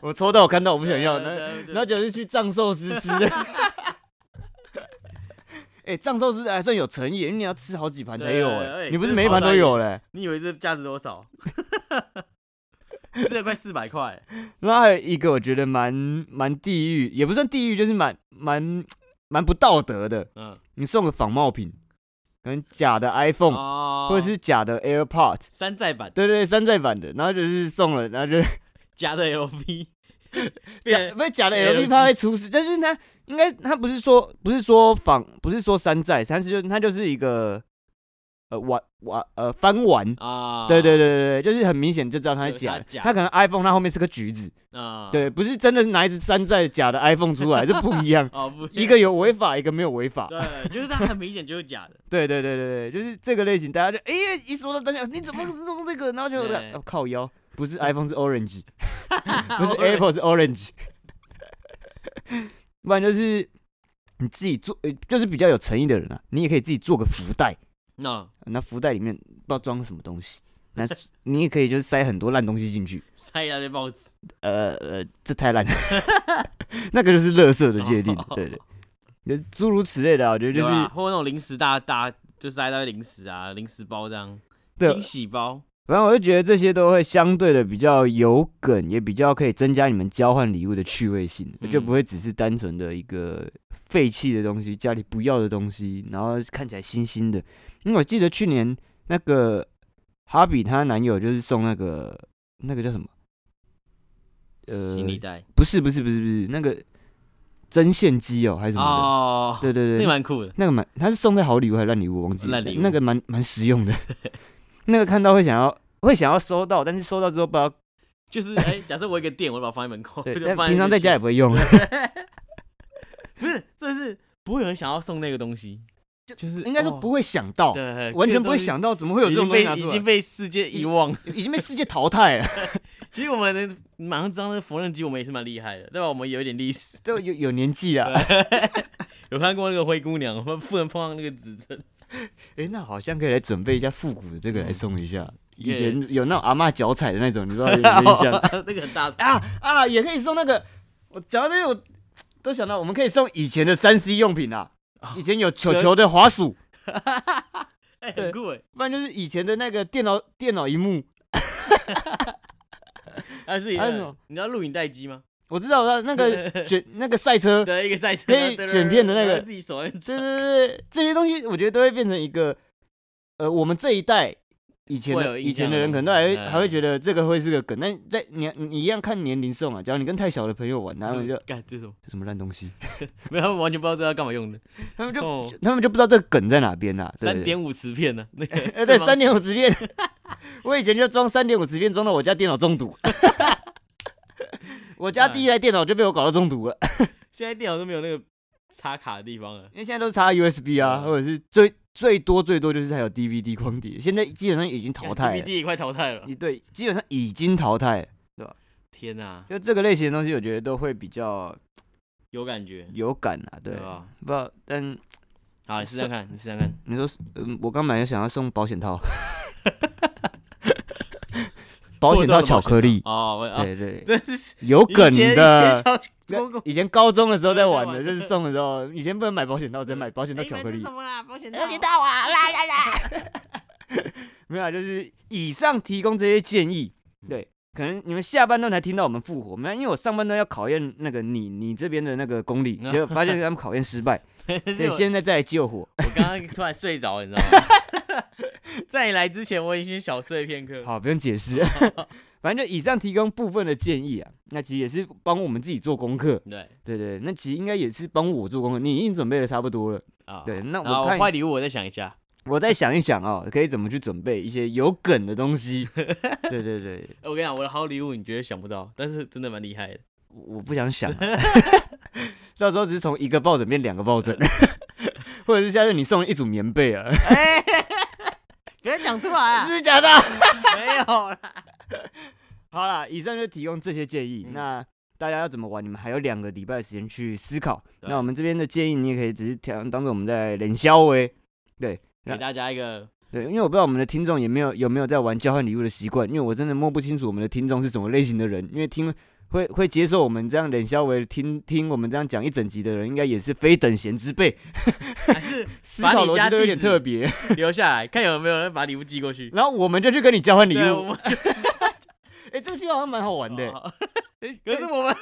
Speaker 1: 我抽到我看到我不
Speaker 2: 不
Speaker 1: 想要，那
Speaker 2: 然
Speaker 1: 然后就是去藏寿司吃。 哎、藏寿司还算有诚意，因为你要吃好几盘才有哎、
Speaker 2: 对哎
Speaker 1: 你不是
Speaker 2: 这
Speaker 1: 每一盘
Speaker 2: 好歹
Speaker 1: 都有嘞、
Speaker 2: 你以为这价值多少？ 吃了快四百块，
Speaker 1: 然后还有一个我觉得蛮蛮地狱，也不算地狱，就是蛮蛮蛮不道德的。
Speaker 2: 嗯，
Speaker 1: 你送个仿冒品，可能假的 iPhone、
Speaker 2: 哦
Speaker 1: 或者是假的 AirPod，
Speaker 2: 山寨版
Speaker 1: 对对，山寨版的，然后就是送了，然后就
Speaker 2: 加的 LV，
Speaker 1: 假
Speaker 2: 变
Speaker 1: 不是假的
Speaker 2: LG
Speaker 1: LV 怕会出事，但是它应该它不是说不是说仿不是说山寨，但是就是它就是一个呃玩玩呃翻玩。
Speaker 2: 啊，
Speaker 1: 对对对对对，就是很明显就知道它是
Speaker 2: 就是它
Speaker 1: 假的。
Speaker 2: 假
Speaker 1: 它可能 iPhone 它后面是个橘子，
Speaker 2: 啊，。
Speaker 1: 对，不是真的拿一只山寨假的 iPhone 出来，这不一样
Speaker 2: 哦不
Speaker 1: 一个有违法，一个没有违法。
Speaker 2: 对，就是它很明显就是假的，
Speaker 1: 对对对对对，就是这个类型，大家就哎、一说到大家，你怎 么用这个？然后就、
Speaker 2: 对
Speaker 1: 哦、靠腰，不是 iPhone 是 Orange，不
Speaker 2: 不
Speaker 1: 是 Apple 是 Orange，不然就是你自己做，呃就是比较有诚意的人啊，你也可以自己做个福袋，
Speaker 2: 那
Speaker 1: 那福袋里面不知道装什么东西，那是你也可以就是塞很多烂东西进去，
Speaker 2: 塞一大堆报纸，
Speaker 1: 呃呃，这太 烂了，那个就是垃圾的界定，对 对，就诸如此类的、啊，我觉得就
Speaker 2: 哦有啦
Speaker 1: 是
Speaker 2: 或者那种零食大大，就塞一大堆零食啊，零食包这样，
Speaker 1: 对
Speaker 2: 惊喜包，
Speaker 1: 反正我就觉得这些都会相对的比较有梗，也比较可以增加你们交换礼物的趣味性，
Speaker 2: 嗯
Speaker 1: 就不会只是单纯的一个废弃的东西，家里不要的东西，然后看起来新新的。因为我记得去年那个哈比她男友就是送那个那个叫什么，呃，
Speaker 2: 行李袋
Speaker 1: 不是不是不是不是那个针线机哦，还是什么的？
Speaker 2: 哦，
Speaker 1: 对对
Speaker 2: 那
Speaker 1: 对，
Speaker 2: 蛮酷的，
Speaker 1: 那个蛮，他是送在好礼物还是烂礼物？我忘记了。
Speaker 2: 烂礼物
Speaker 1: 那个蛮蛮实 用的，那个看到会想要，会想要收到，但是收到之后不知道，
Speaker 2: 就是哎，假设我有一个店，我就把它放在门口，
Speaker 1: 对，
Speaker 2: 就
Speaker 1: 但
Speaker 2: 放
Speaker 1: 平常在家也
Speaker 2: 那边
Speaker 1: 不会用。
Speaker 2: 不是，这是不会有人想要送那个东西，
Speaker 1: 就
Speaker 2: 就是哦
Speaker 1: 应该说不
Speaker 2: 会，
Speaker 1: 会想到，
Speaker 2: 对，
Speaker 1: 完全
Speaker 2: 各个
Speaker 1: 不会
Speaker 2: 东西
Speaker 1: 想到怎么会有
Speaker 2: 已
Speaker 1: 这种
Speaker 2: 经
Speaker 1: 东
Speaker 2: 被
Speaker 1: 西拿出
Speaker 2: 已
Speaker 1: 来
Speaker 2: 经，被世界 遗忘。
Speaker 1: 已经被世界淘汰 了。
Speaker 2: 其实我们的马上知道那个缝纫机，我们也是蛮厉害的，对吧？我们有一点历史，
Speaker 1: 都有有年纪啊，
Speaker 2: 有看过那个灰姑娘，我们不能碰到那个指针。
Speaker 1: 哎、那好像可以来准备一下复古的这个来送一下。以
Speaker 2: 也
Speaker 1: 前有那种阿嬷脚踩的那种，你知道有没有印 象？
Speaker 2: 那个很大的，
Speaker 1: 啊啊，也可以送那个。我讲到这个，我都想到我们可以送以前的三 C 用品啊，
Speaker 2: 哦
Speaker 1: 以前有球球的滑鼠，
Speaker 2: 哎、很酷 哎，
Speaker 1: 不然就是以前的那个电脑电脑荧幕。
Speaker 2: 但是
Speaker 1: 还有什么
Speaker 2: 哎你知道录影带机吗？
Speaker 1: 我知道，我知道那 个卷那个赛车，对
Speaker 2: 对，一个赛车
Speaker 1: 可以卷片的那个
Speaker 2: 然后自己手按
Speaker 1: 对对对，这些东西我觉得都会变成一个，呃，我们这一代以前
Speaker 2: 会有
Speaker 1: 的
Speaker 2: 印
Speaker 1: 以前
Speaker 2: 象
Speaker 1: 的
Speaker 2: 的
Speaker 1: 人可能都还会
Speaker 2: 嗯
Speaker 1: 还会觉得这个会是个梗，但在你你你一样看年龄送啊，假如你跟太小的朋友玩，
Speaker 2: 嗯
Speaker 1: 然 后你就
Speaker 2: 干这是什么？
Speaker 1: 这什么烂东西，
Speaker 2: 没有，他们完全不知道这要干嘛用的。
Speaker 1: 他 们就
Speaker 2: 哦，
Speaker 1: 他们就不知道这个梗在哪边啦、对
Speaker 2: 三
Speaker 1: 对
Speaker 2: 点五磁 片呢、那个
Speaker 1: 呃，对，
Speaker 2: 正方
Speaker 1: 三点
Speaker 2: 形
Speaker 1: 五磁片，我以前就装三点五磁片，装到我家电脑中 毒。我家第一台电脑就被我搞到中毒了，
Speaker 2: 现在电脑都没有那个插卡的地方了。
Speaker 1: 因为现在都是插 USB 啊，
Speaker 2: 嗯
Speaker 1: 或者是最最多最多就是还有 DVD 光碟，现在基本上已经淘汰了。
Speaker 2: ，BD 也快淘汰了。
Speaker 1: 你对，基本上已经淘汰了。
Speaker 2: 天哪、啊，
Speaker 1: 就这个类型的东西，我觉得都会比较
Speaker 2: 有感觉。
Speaker 1: 有感啊，对，
Speaker 2: 吧？
Speaker 1: 不知道，但
Speaker 2: 好，你试试看，你试试看。
Speaker 1: 你说是，嗯，我刚买了想要送保险套， 保险套巧克力，
Speaker 2: 哦，我啊，
Speaker 1: 对对，
Speaker 2: 真是
Speaker 1: 有梗
Speaker 2: 以前
Speaker 1: 的。
Speaker 2: 以前小公公
Speaker 1: 以前高中的时候在玩的，
Speaker 2: 对在玩
Speaker 1: 就是送的时候，以前不能买保险套，只能买保险套巧克
Speaker 2: 哎你们
Speaker 1: 力
Speaker 2: 是什。么啦？保险套。
Speaker 1: 套啊， 啦啦啦！没有啊，就是以上提供这些建议，对，可能你们下半段才听到我们复活，没有，因为我上半段要考验那个你你这边的那个功力，
Speaker 2: 嗯
Speaker 1: 结果发现他们考验失败，所
Speaker 2: 所
Speaker 1: 以现在再来救火。
Speaker 2: 我刚刚突然睡着，你知道吗？ 在你来之前，我已经小睡片刻。
Speaker 1: 好，不用解释，反正就以上提供部分的建议啊，那其实也是帮我们自己做功课，
Speaker 2: 对
Speaker 1: 对对，那其实应该也是帮我做功课，你已经准备的差不多了，
Speaker 2: 啊，
Speaker 1: 对，那
Speaker 2: 好
Speaker 1: 我
Speaker 2: 我
Speaker 1: 看
Speaker 2: 坏礼物我再想一下。
Speaker 1: 我再想一想哦，可以怎么去准备一些有梗的东西。对对对，
Speaker 2: 哎我跟你讲，我的好礼物你绝对想不到，但是真的蛮厉害的。
Speaker 1: 我我不想想、啊， 到时候只是从一个抱枕变两个抱枕， 或者是下次你送一组棉被啊，
Speaker 2: 哎 不要讲出来啊
Speaker 1: 是不是假的？
Speaker 2: 没有啦。
Speaker 1: 好啦，以上就提供这些建议。
Speaker 2: 嗯
Speaker 1: 那大家要怎么玩，你们还有两个礼拜的时间去思考。
Speaker 2: 对
Speaker 1: 那我们这边的建议，你也可以只是调当做我们在冷消微。
Speaker 2: 给大家一个
Speaker 1: 对，因为我不知道我们的听众有没有有没有在玩交换礼物的习惯，因为我真的摸不清楚我们的听众是什么类型的人，因为听会会接受我们这样冷笑为听听我们这样讲一整集的人，应该也是非等闲之辈，
Speaker 2: 还是
Speaker 1: 思
Speaker 2: 把
Speaker 1: 考
Speaker 2: 你
Speaker 1: 逻
Speaker 2: 家
Speaker 1: 辑都有
Speaker 2: 地
Speaker 1: 点
Speaker 2: 址
Speaker 1: 特别。
Speaker 2: 留下来，看有没有人把礼物寄过去。
Speaker 1: 然后我们就去跟你交换礼
Speaker 2: 对，啊我
Speaker 1: 物，
Speaker 2: 们
Speaker 1: 哎、这个计划好像蛮好玩的、
Speaker 2: 哦 可是我们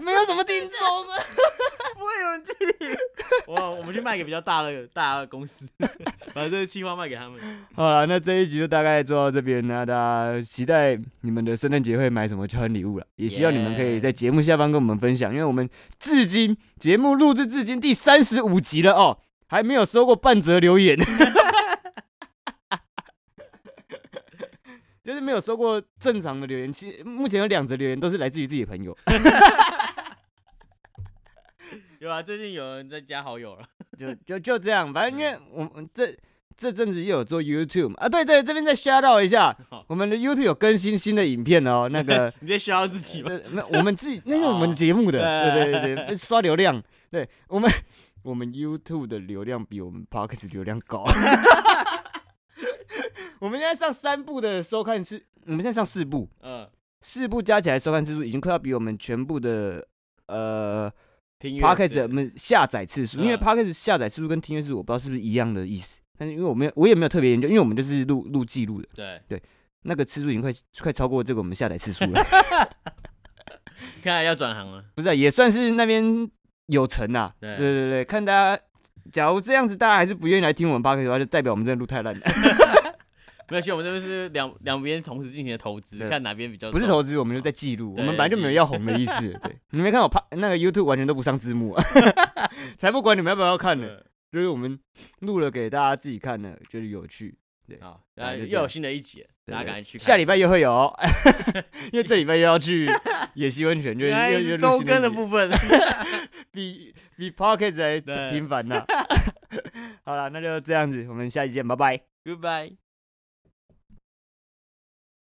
Speaker 1: 没有什么听众啊。
Speaker 2: 不会有人寄。我我们去卖给比较大的大的公司，把这个计划卖给他们。
Speaker 1: 好了，那这一集就大概做到这边，那大家期待你们的圣诞节会买什么交换礼物了，也希望你们可以在节目下方跟我们分享，因为我们至今节目录制至今第三十五集了哦，还没有收过半折留言， 就是没有收过正常的留言，其目前有两则留言都是来自于自己的朋友，
Speaker 2: 有啊，最近有人在加好友了。
Speaker 1: 就就就这样，反正因为我们这这阵子又有做 YouTube 嘛啊，对对，这边再 shout out 一下
Speaker 2: 好，
Speaker 1: 我们的 YouTube 有更新新的影片哦，那个
Speaker 2: 你在炫耀自己吗？
Speaker 1: 对，没有，我们自 己那是我们节目的，
Speaker 2: 哦
Speaker 1: 对对对对，刷流量，对我们我们 YouTube 的流量比我们 Podcast 流量 高。 我们现在上三部的收看次，我们现在上四部，
Speaker 2: 嗯，
Speaker 1: 四部加起来收看次数已经快要比我们全部的呃
Speaker 2: 听音乐
Speaker 1: Podcast
Speaker 2: 对
Speaker 1: 我们下载次数，因为
Speaker 2: 嗯
Speaker 1: Podcast 下载次数跟听阅次数我不知道是不是一样的意思，但是因为我没有我也没有特别研究，因为我们就是录录记录的，
Speaker 2: 对，
Speaker 1: 那个次数已经快快超过这个我们下载次数了。
Speaker 2: 看来要转行了。
Speaker 1: 不是、啊，也算是那边有成啊。对
Speaker 2: 对
Speaker 1: 对对，看大家，假如这样子大家还是不愿意来听我们 p o d 的话，就代表我们真的录太烂了，
Speaker 2: 没有，其实我们这边是两两边同时进行的投资，
Speaker 1: 对
Speaker 2: 看哪边比较
Speaker 1: 不是
Speaker 2: 赚
Speaker 1: 投资，我们就在记录，我
Speaker 2: 对
Speaker 1: 们本来就没有要红的意思。对，你没看我 p 那个 YouTube 完全都不上字幕、啊， 才不管你们要不要看呢，
Speaker 2: 对
Speaker 1: 就是我们录了给大家自己看呢，觉得有趣。
Speaker 2: 好，
Speaker 1: 大家
Speaker 2: 那
Speaker 1: 就这
Speaker 2: 又有
Speaker 1: 样
Speaker 2: 新的一集了，
Speaker 1: 对
Speaker 2: 大家
Speaker 1: 对
Speaker 2: 赶紧去看。
Speaker 1: 下礼拜又会有 哦，因为这礼拜又要去野溪温泉，就
Speaker 2: 原来
Speaker 1: 又
Speaker 2: 是
Speaker 1: 又录
Speaker 2: 周
Speaker 1: 新
Speaker 2: 更的
Speaker 1: 集
Speaker 2: 部分。
Speaker 1: 比比 p o d c a s t 还
Speaker 2: 对
Speaker 1: 频繁呢。好了，那就这样子，我们下期见，拜拜。
Speaker 2: Goodbye。